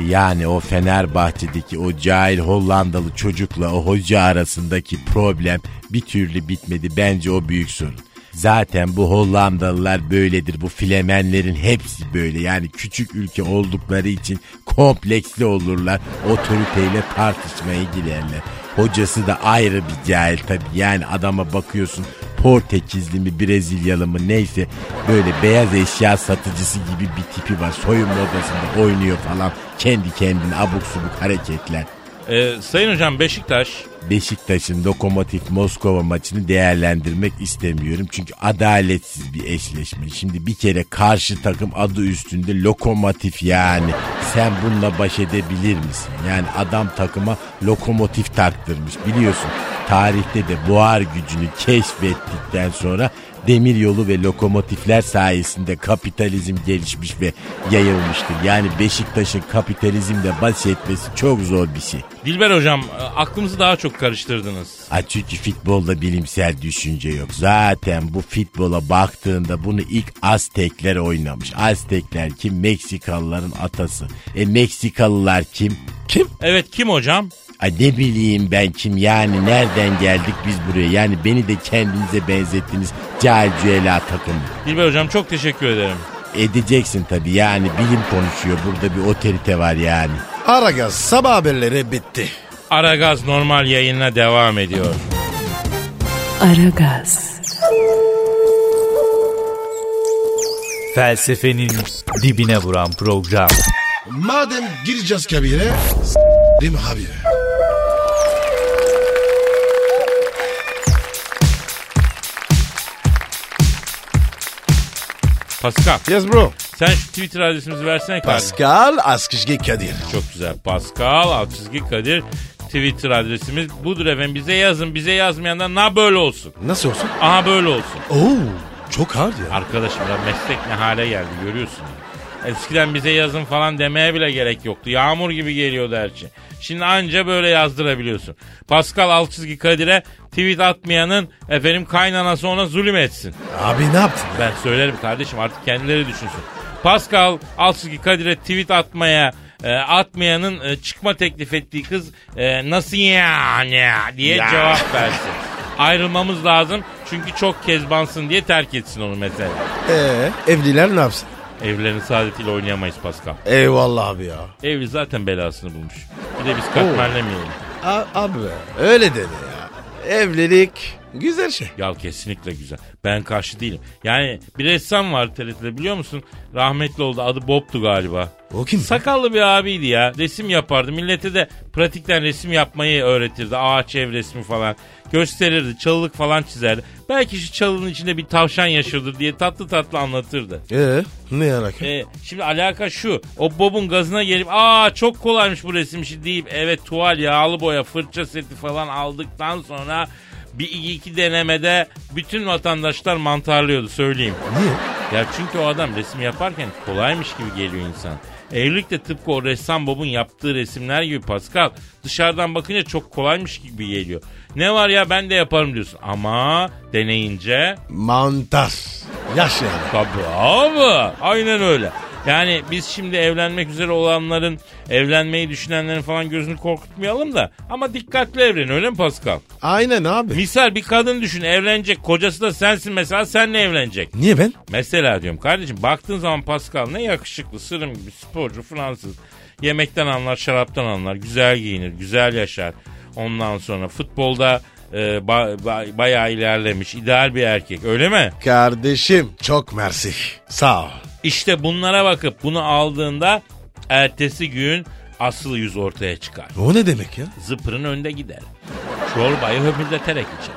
Speaker 9: Yani o Fenerbahçe'deki o cahil Hollandalı çocukla o hoca arasındaki problem bir türlü bitmedi. Bence o büyük sorun. Zaten bu Hollandalılar böyledir. Bu filemenlerin hepsi böyle. Yani küçük ülke oldukları için kompleksli olurlar. Otoriteyle tartışmaya girerler. Hocası da ayrı bir cahil tabii. Yani adama bakıyorsun Portekizli mi Brezilyalı mı neyse böyle beyaz eşya satıcısı gibi bir tipi var. Soyunma odasında oynuyor falan. Kendi kendine abuk subuk hareketler.
Speaker 3: Ee, sayın hocam Beşiktaş
Speaker 9: Beşiktaş'ın Lokomotif Moskova maçını değerlendirmek istemiyorum. Çünkü adaletsiz bir eşleşme. Şimdi bir kere karşı takım adı üstünde Lokomotif yani. Sen bununla baş edebilir misin? Yani adam takıma lokomotif taktırmış biliyorsun. Tarihte de buhar gücünü keşfettikten sonra demiryolu ve lokomotifler sayesinde kapitalizm gelişmiş ve yayılmıştır. Yani Beşiktaş'ın kapitalizmle baş etmesi çok zor bir şey.
Speaker 3: Dilber hocam e, aklımızı daha çok karıştırdınız.
Speaker 9: Ha çünkü futbolda bilimsel düşünce yok. Zaten bu futbola baktığında bunu ilk Aztekler oynamış. Aztekler kim? Meksikalıların atası. E Meksikalılar kim?
Speaker 2: Kim?
Speaker 3: Evet kim hocam?
Speaker 9: Ay ne bileyim ben kim yani nereden geldik biz buraya yani beni de kendinize benzettiniz cahil cüela takım.
Speaker 3: Dilber hocam çok teşekkür ederim.
Speaker 9: Edeceksin tabii yani bilim konuşuyor burada bir otorite var yani.
Speaker 2: Aragaz sabah haberleri bitti.
Speaker 3: Aragaz normal yayınına devam ediyor.
Speaker 1: Aragaz,
Speaker 8: Felsefenin dibine vuran program.
Speaker 2: Madem gireceğiz kabire s**rim abi.
Speaker 3: Pascal
Speaker 2: Yes bro.
Speaker 3: sen şu Twitter adresimizi versene kardeşim.
Speaker 2: Pascal Askışge Kadir.
Speaker 3: Çok güzel. Pascal alt çizgi Kadir Twitter adresimiz budur efendim. Bize yazın. Bize yazmayandan na böyle olsun.
Speaker 2: Nasıl olsun?
Speaker 3: Aha böyle olsun.
Speaker 2: Oo çok hard ya.
Speaker 3: Arkadaşım ya meslek ne hale geldi görüyorsun. Eskiden bize yazın falan demeye bile gerek yoktu. Yağmur gibi geliyordu her şey. Şimdi anca böyle yazdırabiliyorsun. Pascal alt çizgi Kadir'e tweet atmayanın efendim kaynanası ona zulüm etsin.
Speaker 2: Abi ne yaptın?
Speaker 3: Ben söylerim kardeşim artık kendileri düşünsün. Pascal Alçıki Kadir'e tweet atmaya e, atmayanın e, çıkma teklif ettiği kız e, nasıl yani diye cevap versin. Ayrılmamız lazım çünkü çok kezbansın diye terk etsin onu mesela.
Speaker 2: Ee, evliler ne yapsın?
Speaker 3: Evlerin saadetiyle oynayamayız Pascal.
Speaker 2: Eyvallah abi ya.
Speaker 3: Evli zaten belasını bulmuş. Bir de biz katmerlemeyelim.
Speaker 2: A- abi öyle deme ya. Evlilik güzel şey.
Speaker 3: Ya kesinlikle güzel. Ben karşı değilim. Yani bir ressam var TRT'de biliyor musun? Rahmetli oldu adı Bob'tu galiba.
Speaker 2: O kim?
Speaker 3: Sakallı bir abiydi ya. Resim yapardı. Millete de pratikten resim yapmayı öğretirdi. Ağaç ev resmi falan. Gösterirdi. Çalılık falan çizerdi. Belki şu çalının içinde bir tavşan yaşıyordur diye tatlı tatlı anlatırdı.
Speaker 2: Ee, ne alaka?
Speaker 3: Ee, şimdi alaka şu. O Bob'un gazına gelip aa çok kolaymış bu resim işi deyip evet tuval yağlı boya fırça seti falan aldıktan sonra bir iki denemede bütün vatandaşlar mantarlıyordu söyleyeyim.
Speaker 2: Niye?
Speaker 3: Ya çünkü o adam resim yaparken kolaymış gibi geliyor insan. Evlilik de tıpkı o ressam Bob'un yaptığı resimler gibi Pascal. Dışarıdan bakınca çok kolaymış gibi geliyor. Ne var ya ben de yaparım diyorsun. Ama deneyince
Speaker 2: Mantar. Yaş yani.
Speaker 3: Tabii abi. Aynen öyle. Yani biz şimdi evlenmek üzere olanların, evlenmeyi düşünenlerin falan gözünü korkutmayalım da. Ama dikkatli evlen öyle mi Pascal?
Speaker 2: Aynen abi.
Speaker 3: Misal bir kadın düşün evlenecek kocası da sensin mesela senle evlenecek.
Speaker 2: Niye ben?
Speaker 3: Mesela diyorum kardeşim baktığın zaman Pascal ne yakışıklı sırım gibi sporcu Fransız. Yemekten anlar şaraptan anlar güzel giyinir güzel yaşar. Ondan sonra futbolda e, ba- ba- bayağı ilerlemiş. ideal bir erkek öyle mi?
Speaker 2: Kardeşim çok mersi. Sağ ol.
Speaker 3: İşte bunlara bakıp bunu aldığında ertesi gün asıl yüz ortaya çıkar.
Speaker 2: O ne demek ya?
Speaker 3: Zıpırın önde gider. Çorbayı höpürdeterek içer.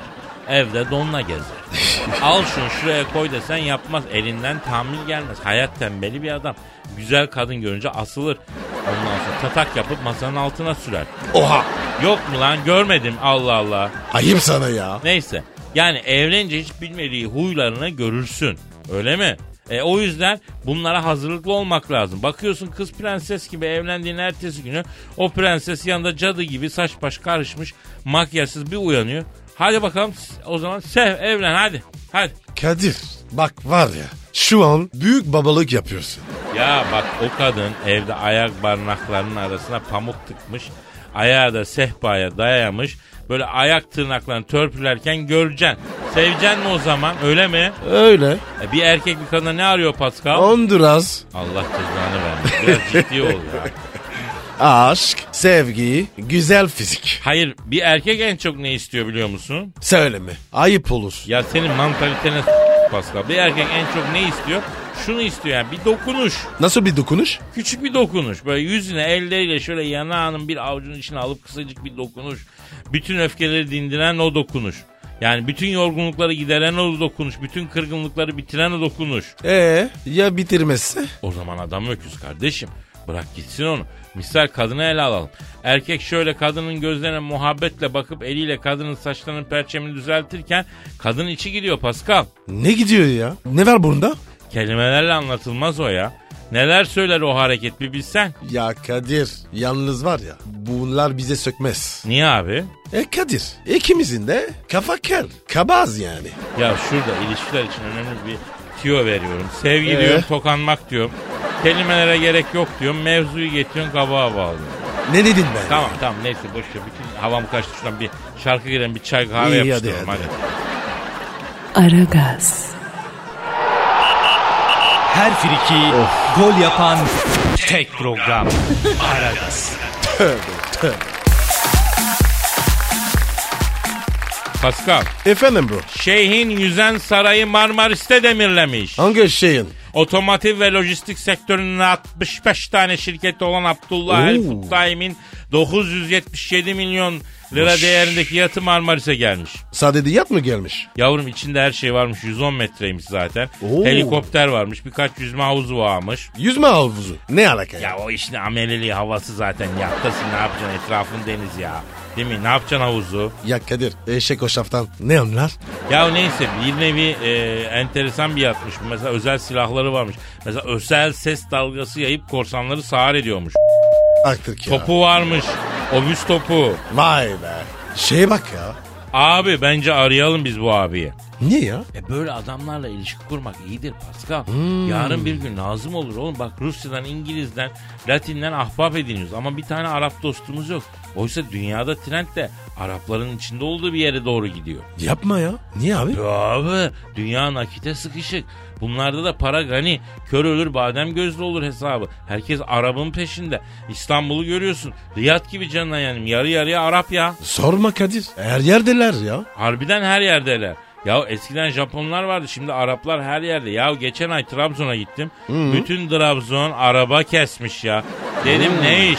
Speaker 3: Evde donla gezer. Al şunu şuraya koy desen yapmaz. Elinden tahmin gelmez. Hayat tembeli bir adam. Güzel kadın görünce asılır. Ondan sonra tatak yapıp masanın altına sürer.
Speaker 2: Oha.
Speaker 3: Yok mu lan görmedim Allah Allah.
Speaker 2: Ayıp sana ya.
Speaker 3: Neyse. Yani evlenince hiç bilmediği huylarını görürsün. Öyle mi? E, o yüzden bunlara hazırlıklı olmak lazım. Bakıyorsun kız prenses gibi evlendiğin ertesi günü o prenses yanında cadı gibi saç baş karışmış makyajsız bir uyanıyor. Hadi bakalım s- o zaman sev evlen hadi. Hadi.
Speaker 2: Kadir bak var ya şu an büyük babalık yapıyorsun.
Speaker 3: Ya bak o kadın evde ayak barnaklarının arasına pamuk tıkmış. Ayağı da sehpaya dayamış. Böyle ayak tırnaklarını törpülerken göreceksin. Seveceksin mi o zaman öyle mi?
Speaker 2: Öyle.
Speaker 3: E, bir erkek bir kadına ne arıyor Pascal?
Speaker 2: Oh. Honduras,
Speaker 3: Allah cezanı vermiş. Biraz ciddi ol ya.
Speaker 2: aşk, sevgi, güzel fizik.
Speaker 3: Hayır bir erkek en çok ne istiyor biliyor musun?
Speaker 2: Söyleme. Ayıp olur.
Speaker 3: Ya senin mantalitene s- Pascal. Bir erkek en çok ne istiyor? Şunu istiyor yani bir dokunuş.
Speaker 2: Nasıl bir dokunuş?
Speaker 3: Küçük bir dokunuş. Böyle yüzüne elleriyle şöyle yanağının bir avucunun içine alıp kısacık bir dokunuş. Bütün öfkeleri dindiren o dokunuş. Yani bütün yorgunlukları gideren o dokunuş. Bütün kırgınlıkları bitiren o dokunuş.
Speaker 2: Ee ya bitirmezse?
Speaker 3: O zaman adam öküz kardeşim. Bırak gitsin onu. Misal kadını ele alalım. Erkek şöyle kadının gözlerine muhabbetle bakıp eliyle kadının saçlarının perçemini düzeltirken kadın içi gidiyor Pascal.
Speaker 2: Ne gidiyor ya? Ne var bunda?
Speaker 3: Kelimelerle anlatılmaz o ya. Neler söyler o hareket bir bilsen.
Speaker 2: Ya Kadir yalnız var ya bunlar bize sökmez.
Speaker 3: Niye abi?
Speaker 2: E Kadir ikimizin de kafa kel. Kabaz yani.
Speaker 3: Ya şurada ilişkiler için önemli bir tüyo veriyorum. Sevgi
Speaker 2: Ee?
Speaker 3: diyorum, tokanmak diyorum. Kelimelere gerek yok diyorum. Mevzuyu getiriyorsun kabağa bağlıyorsun.
Speaker 2: Ne dedin ben?
Speaker 3: Tamam tamam neyse boş ver. Bütün havam kaçtı şuradan bir şarkı giren bir çay kahve
Speaker 2: İyi,
Speaker 3: yapıştıralım
Speaker 2: hadi, hadi.
Speaker 3: hadi.
Speaker 1: Aragaz,
Speaker 8: Her friki gol yapan tek program. Aragaz.
Speaker 3: Pascal,
Speaker 2: Efendim bro.
Speaker 3: Şeyhin Yüzen Sarayı Marmaris'te demirlemiş.
Speaker 2: Hangi şeyin?
Speaker 3: Otomotiv ve lojistik sektörünün 65 tane şirketi olan Abdullah El
Speaker 2: Oo.
Speaker 3: Futtaim'in 977 milyon lira değerindeki yatı Marmaris'e gelmiş.
Speaker 2: Sadede yat mı gelmiş?
Speaker 3: Yavrum içinde her şey varmış. 110 metreymiş zaten.
Speaker 2: Oo.
Speaker 3: Helikopter varmış. Birkaç yüzme havuzu varmış.
Speaker 2: Yüzme havuzu. Ne alaka ya?
Speaker 3: Ya o işin ameliliği havası zaten. Yaktasın ne yapacaksın? Etrafın deniz ya. Değil mi? Ne yapacaksın havuzu?
Speaker 2: Ya Kadir eşek o şaftan ne anlar?
Speaker 3: Ya neyse bir nevi e, enteresan bir yatmış. Mesela özel silahları varmış. Mesela özel ses dalgası yayıp korsanları sağır ediyormuş.
Speaker 2: Aktır ki ya.
Speaker 3: Topu varmış. Obüs topu.
Speaker 2: Vay be. Şeye bak ya.
Speaker 3: Abi bence arayalım biz bu abiyi.
Speaker 2: Niye ya?
Speaker 3: E böyle adamlarla ilişki kurmak iyidir Pascal. Yarın bir gün lazım olur oğlum. Bak Rusya'dan, İngiliz'den, Latin'den ahbap ediniyoruz. Ama bir tane Arap dostumuz yok. Oysa dünyada trend de Arapların içinde olduğu bir yere doğru gidiyor.
Speaker 2: Yapma ya. Niye abi?
Speaker 3: Ya Abi dünya nakite sıkışık. Bunlarda da para gani. Kör ölür badem gözlü olur hesabı. Herkes Arap'ın peşinde. İstanbul'u görüyorsun. Riyad gibi canına yanayım. Yarı yarıya Arap ya.
Speaker 2: Sorma Kadir. Her yerdeler ya.
Speaker 3: Harbiden her yerdeler. Ya eskiden Japonlar vardı şimdi Araplar her yerde. Ya geçen ay Trabzon'a gittim. Bütün Trabzon araba kesmiş ya. Dedim ne iş?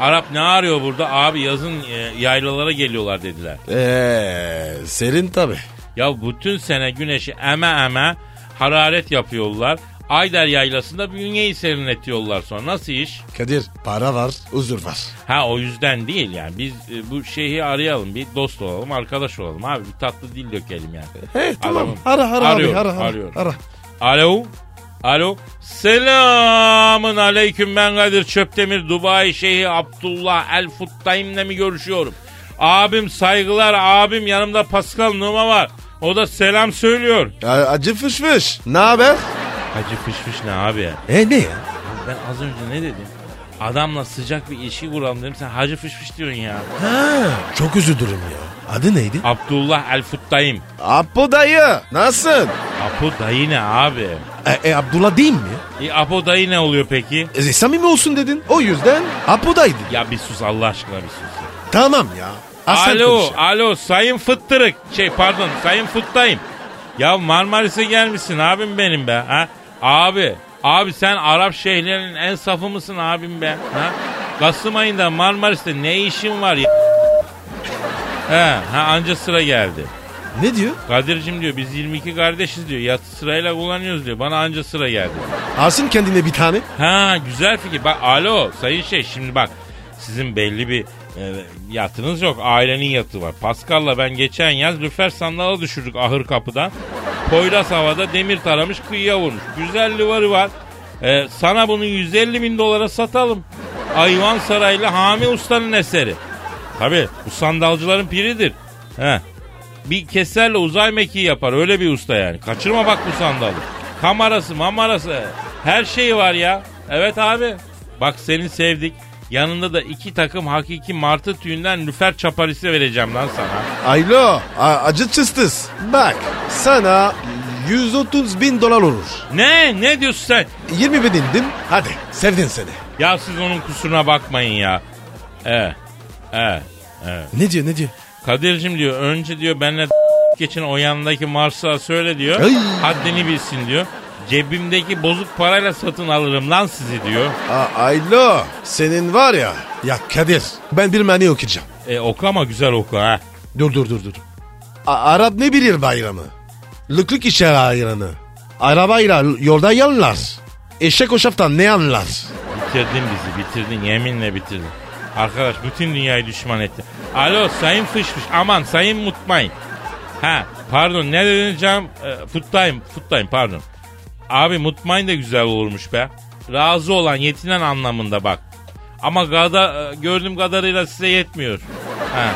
Speaker 3: Arap ne arıyor burada? Abi yazın e, yaylalara geliyorlar dediler.
Speaker 2: Eee Ee, serin tabi.
Speaker 3: Ya bütün sene güneşi eme eme hararet yapıyorlar. Ayder yaylasında bünyeyi serinletiyorlar sonra. Nasıl iş?
Speaker 2: Kadir para var, huzur var.
Speaker 3: Ha o yüzden değil yani. Biz e, bu şeyi arayalım. Bir dost olalım, arkadaş olalım. Abi bir tatlı dil dökelim yani.
Speaker 2: He tamam.
Speaker 3: Adamım.
Speaker 2: Ara ara
Speaker 3: Arıyorum,
Speaker 2: abi ara ara.
Speaker 3: arıyorum.
Speaker 2: ara.
Speaker 3: Alo. Alo. Selamın aleyküm ben Kadir Çöptemir Dubai Şeyhi Abdullah El Futtaim'le mi görüşüyorum? Abim saygılar abim yanımda Pascal Numa var. O da selam söylüyor.
Speaker 2: Ya, acı fış fış. Ne haber?
Speaker 3: Hacı fış fış ne abi ya?
Speaker 2: E ne ya?
Speaker 3: Ben az önce ne dedim? Adamla sıcak bir ilişki kuralım dedim. Sen hacı fış fış diyorsun ya.
Speaker 2: Ha, çok üzüldürüm ya. Adı neydi?
Speaker 3: Abdullah El Futtaim.
Speaker 2: Apo dayı. Nasılsın?
Speaker 3: Apo dayı ne abi?
Speaker 2: E, e, Abdullah değil mi?
Speaker 3: E, Apo dayı ne oluyor peki?
Speaker 2: E, samimi olsun dedin. O yüzden Apo dayı dedin.
Speaker 3: Ya bir sus Allah aşkına bir sus. ya.
Speaker 2: Tamam ya. Aslan
Speaker 3: alo,
Speaker 2: konuşuyor.
Speaker 3: alo Sayın Fıttırık. Şey pardon Sayın Fıttayım. Ya Marmaris'e gelmişsin abim benim be. Ha? Abi, abi sen Arap şehirlerinin en safı mısın abim be? Ha? Kasım ayında Marmaris'te ne işin var ya? He, ha, anca sıra geldi.
Speaker 2: Ne diyor?
Speaker 3: Kadir'cim diyor biz 22 kardeşiz diyor. Yat sırayla kullanıyoruz diyor. Bana anca sıra geldi.
Speaker 2: Alsın kendine bir tane.
Speaker 3: Ha güzel fikir. Bak alo sayın şey şimdi bak sizin belli bir e, yatınız yok. Ailenin yatı var. Pascal'la ben geçen yaz lüfer sandala düşürdük ahır kapıdan. Poyraz havada demir taramış kıyıya vurmuş. Güzel livarı var. E, sana bunu 150 bin dolara satalım. Ayvan Saraylı Hami Usta'nın eseri. Tabi bu sandalcıların piridir. He. Bir keserle uzay mekiği yapar öyle bir usta yani. Kaçırma bak bu sandalı. Kamerası mamarası her şeyi var ya. Evet abi. Bak seni sevdik. Yanında da iki takım hakiki martı tüyünden lüfer çaparisi vereceğim lan sana.
Speaker 2: Aylo a- acı çıstıs. Bak sana 130 bin dolar olur.
Speaker 3: Ne? Ne diyorsun sen?
Speaker 2: 20 bin indim. Hadi sevdin seni.
Speaker 3: Ya siz onun kusuruna bakmayın ya. E, Evet. Evet.
Speaker 2: Ne diyor ne diyor?
Speaker 3: Kadir'cim diyor önce diyor benle geçin o yanındaki Mars'a söyle diyor.
Speaker 2: Ay.
Speaker 3: Haddini bilsin diyor. Cebimdeki bozuk parayla satın alırım lan sizi diyor.
Speaker 2: Aa, Aylo senin var ya. Ya Kadir ben bir mani okuyacağım.
Speaker 3: E oku ama güzel oku ha.
Speaker 2: Dur dur dur dur. A- Arap ne bilir bayramı? Lıklık işer ayranı. Arabayla yolda yanlar. Eşek o şaftan ne anlar?
Speaker 3: Bitirdin bizi bitirdin yeminle bitirdin. Arkadaş bütün dünyayı düşman etti. Alo sayın fışfış aman sayın mutmayın. Ha pardon ne dedin canım? E, futtayım futtayım pardon. Abi mutmayın da güzel olurmuş be. Razı olan yetinen anlamında bak. Ama gada, e, gördüğüm kadarıyla size yetmiyor. Ha.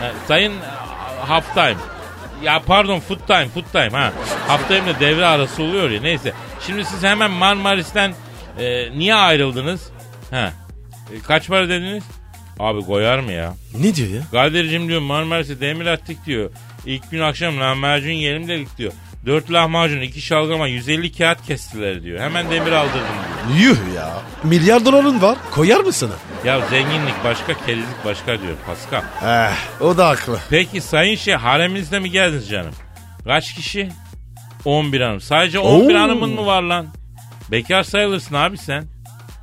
Speaker 3: Ha, sayın e, half time. Ya pardon food time food time ha. Half time de devre arası oluyor ya neyse. Şimdi siz hemen Marmaris'ten e, niye ayrıldınız? Ha. E, kaç para dediniz? Abi koyar mı ya?
Speaker 2: Ne diyor ya?
Speaker 3: Kadir'cim diyor Marmaris'e demir attık diyor. İlk gün akşam lahmacun yiyelim dedik diyor. Dört lahmacun, iki şalgama, 150 kağıt kestiler diyor. Hemen demir aldırdım diyor.
Speaker 2: Yuh ya. Milyar doların var. Koyar mı sana?
Speaker 3: Ya zenginlik başka, kerizlik başka diyor Pascal.
Speaker 2: Eh, o da haklı.
Speaker 3: Peki sayın şey hareminizde mi geldiniz canım? Kaç kişi? 11 hanım. Sadece
Speaker 2: Oo.
Speaker 3: 11 hanımın mı var lan? Bekar sayılırsın abi sen.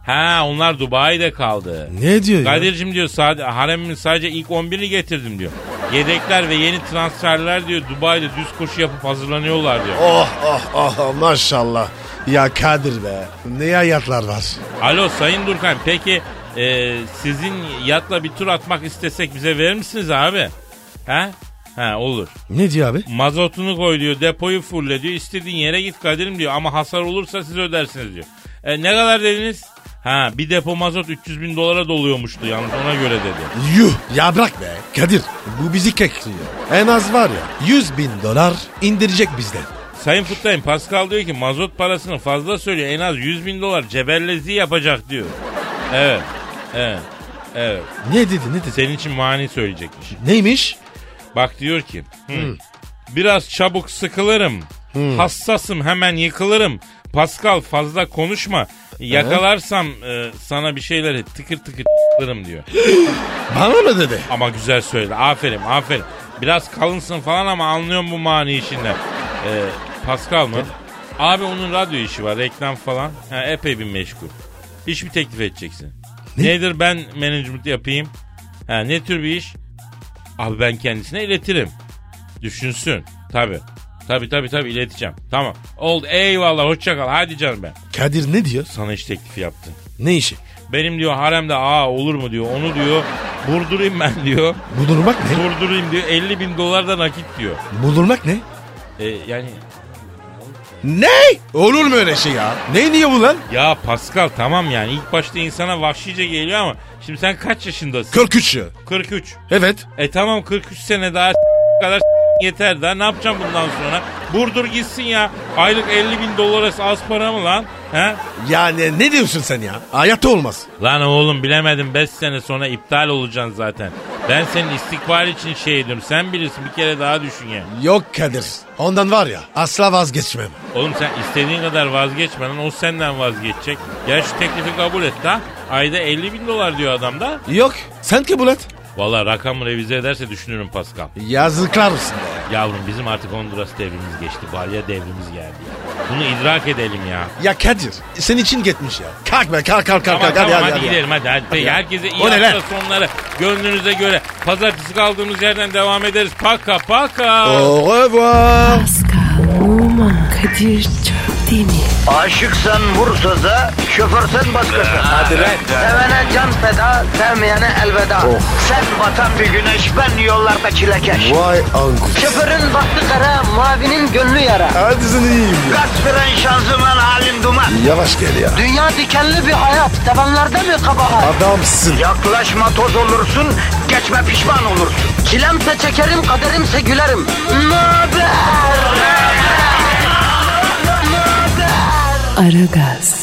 Speaker 3: Ha onlar Dubai'de kaldı.
Speaker 2: Ne diyor ya?
Speaker 3: Kadir'cim diyor sadece, haremimin sadece ilk 11'ini getirdim diyor. Yedekler ve yeni transferler diyor Dubai'de düz koşu yapıp hazırlanıyorlar diyor.
Speaker 2: Oh oh oh maşallah. Ya Kadir be. Ne hayatlar var.
Speaker 3: Alo Sayın Durkan peki e, sizin yatla bir tur atmak istesek bize verir misiniz abi? He? He olur.
Speaker 2: Ne diyor abi?
Speaker 3: Mazotunu koy diyor, depoyu fulle diyor. İstediğin yere git Kadir'im diyor ama hasar olursa siz ödersiniz diyor. E, ne kadar dediniz? Ha bir depo mazot 300 bin dolara doluyormuştu yalnız ona göre dedi.
Speaker 2: Yuh ya bırak be. Kadir bu bizi kekliyor. En az var ya 100 bin dolar indirecek bizden.
Speaker 3: Sayın Fıttay'ın Pascal diyor ki mazot parasını fazla söylüyor en az 100 bin dolar cebellezi yapacak diyor. Evet, evet, evet.
Speaker 2: Ne dedi ne dedi?
Speaker 3: Senin için mani söyleyecekmiş.
Speaker 2: Neymiş?
Speaker 3: Bak diyor ki hı, biraz çabuk sıkılırım. Hassasım hemen yıkılırım. Pascal fazla konuşma. Yakalarsam e, sana bir şeyleri tıkır tıkır tıkırım diyor.
Speaker 2: Bana mı dedi?
Speaker 3: Ama güzel söyledi. Aferin aferin. Biraz kalınsın falan ama anlıyorum bu mani işinden. E, Pascal mı? Abi onun radyo işi var. Reklam falan. Ha, epey bir meşgul. İş mi teklif edeceksin?
Speaker 2: Ne?
Speaker 3: Nedir ben management yapayım? Ha, ne tür bir iş? Abi ben kendisine iletirim. Düşünsün. Tabi. Tabi tabi tabi ileteceğim. Tamam. Oldu. Eyvallah. Hoşça kal. Hadi canım ben.
Speaker 2: Kadir ne diyor?
Speaker 3: Sana iş teklifi yaptı.
Speaker 2: Ne işi?
Speaker 3: Benim diyor haremde aa olur mu diyor. Onu diyor. Vurdurayım ben diyor.
Speaker 2: Bulunmak ne?
Speaker 3: Vurdurayım diyor. 50 bin dolar da nakit diyor.
Speaker 2: Bulunmak ne?
Speaker 3: E, yani
Speaker 2: Ne? Olur mu öyle şey ya? Ne diyor bu lan?
Speaker 3: ya Pascal tamam yani ilk başta insana vahşice geliyor ama şimdi sen kaç yaşındasın?
Speaker 2: 43 ya.
Speaker 3: 43.
Speaker 2: Evet.
Speaker 3: E tamam 43 sene daha kadar yeter daha ne yapacağım bundan sonra? Burdur gitsin ya. Aylık 50 bin dolara az para mı lan? He?
Speaker 2: Yani ne diyorsun sen ya? Hayatta olmaz.
Speaker 3: Lan oğlum bilemedim 5 sene sonra iptal olacaksın zaten. Ben senin istikbal için şey ediyorum. Sen bilirsin bir kere daha düşün ya.
Speaker 2: Yok Kadir. Ondan var ya asla vazgeçmem.
Speaker 3: Oğlum sen istediğin kadar vazgeçme lan o senden vazgeçecek. Ya şu teklifi kabul et ha. Ayda 50 bin dolar diyor adam da.
Speaker 2: Yok. Sen kabul et.
Speaker 3: Valla rakam revize ederse düşünürüm Pascal.
Speaker 2: Yazıklar olsun. be.
Speaker 3: Yavrum bizim artık Honduras devrimiz geçti. Balya devrimiz geldi. ya. Bunu idrak edelim ya.
Speaker 2: Ya Kadir senin için gitmiş ya. Kalk be kalk kalk kalk.
Speaker 3: Tamam
Speaker 2: kalk, hadi,
Speaker 3: tamam hadi,
Speaker 2: hadi, hadi.
Speaker 3: gidelim hadi. hadi. Peki, Herkese iyi
Speaker 2: O ne
Speaker 3: hafta
Speaker 2: lan?
Speaker 3: sonları. Gönlünüze göre. Pazartesi kaldığımız yerden devam ederiz. Paka paka.
Speaker 2: Au revoir.
Speaker 1: Pascal, Oman, Kadir çok değil mi?
Speaker 6: Aşıksan vursa da, şoförsen başkasın. Hadi Sevene can feda, sevmeyene elveda.
Speaker 2: Oh.
Speaker 6: Sen batan bir güneş, ben yollarda çilekeş.
Speaker 2: Vay anku.
Speaker 6: Şoförün baktı kara, mavinin gönlü yara.
Speaker 2: Hadi sen iyiyim ya.
Speaker 6: Kasperen şanzıman halin duman.
Speaker 2: Yavaş gel ya.
Speaker 6: Dünya dikenli bir hayat, sevenlerde mi kabahar?
Speaker 2: Adamsın.
Speaker 6: Yaklaşma toz olursun, geçme pişman olursun. Çilemse çekerim, kaderimse gülerim. Möber!
Speaker 1: Aragaz.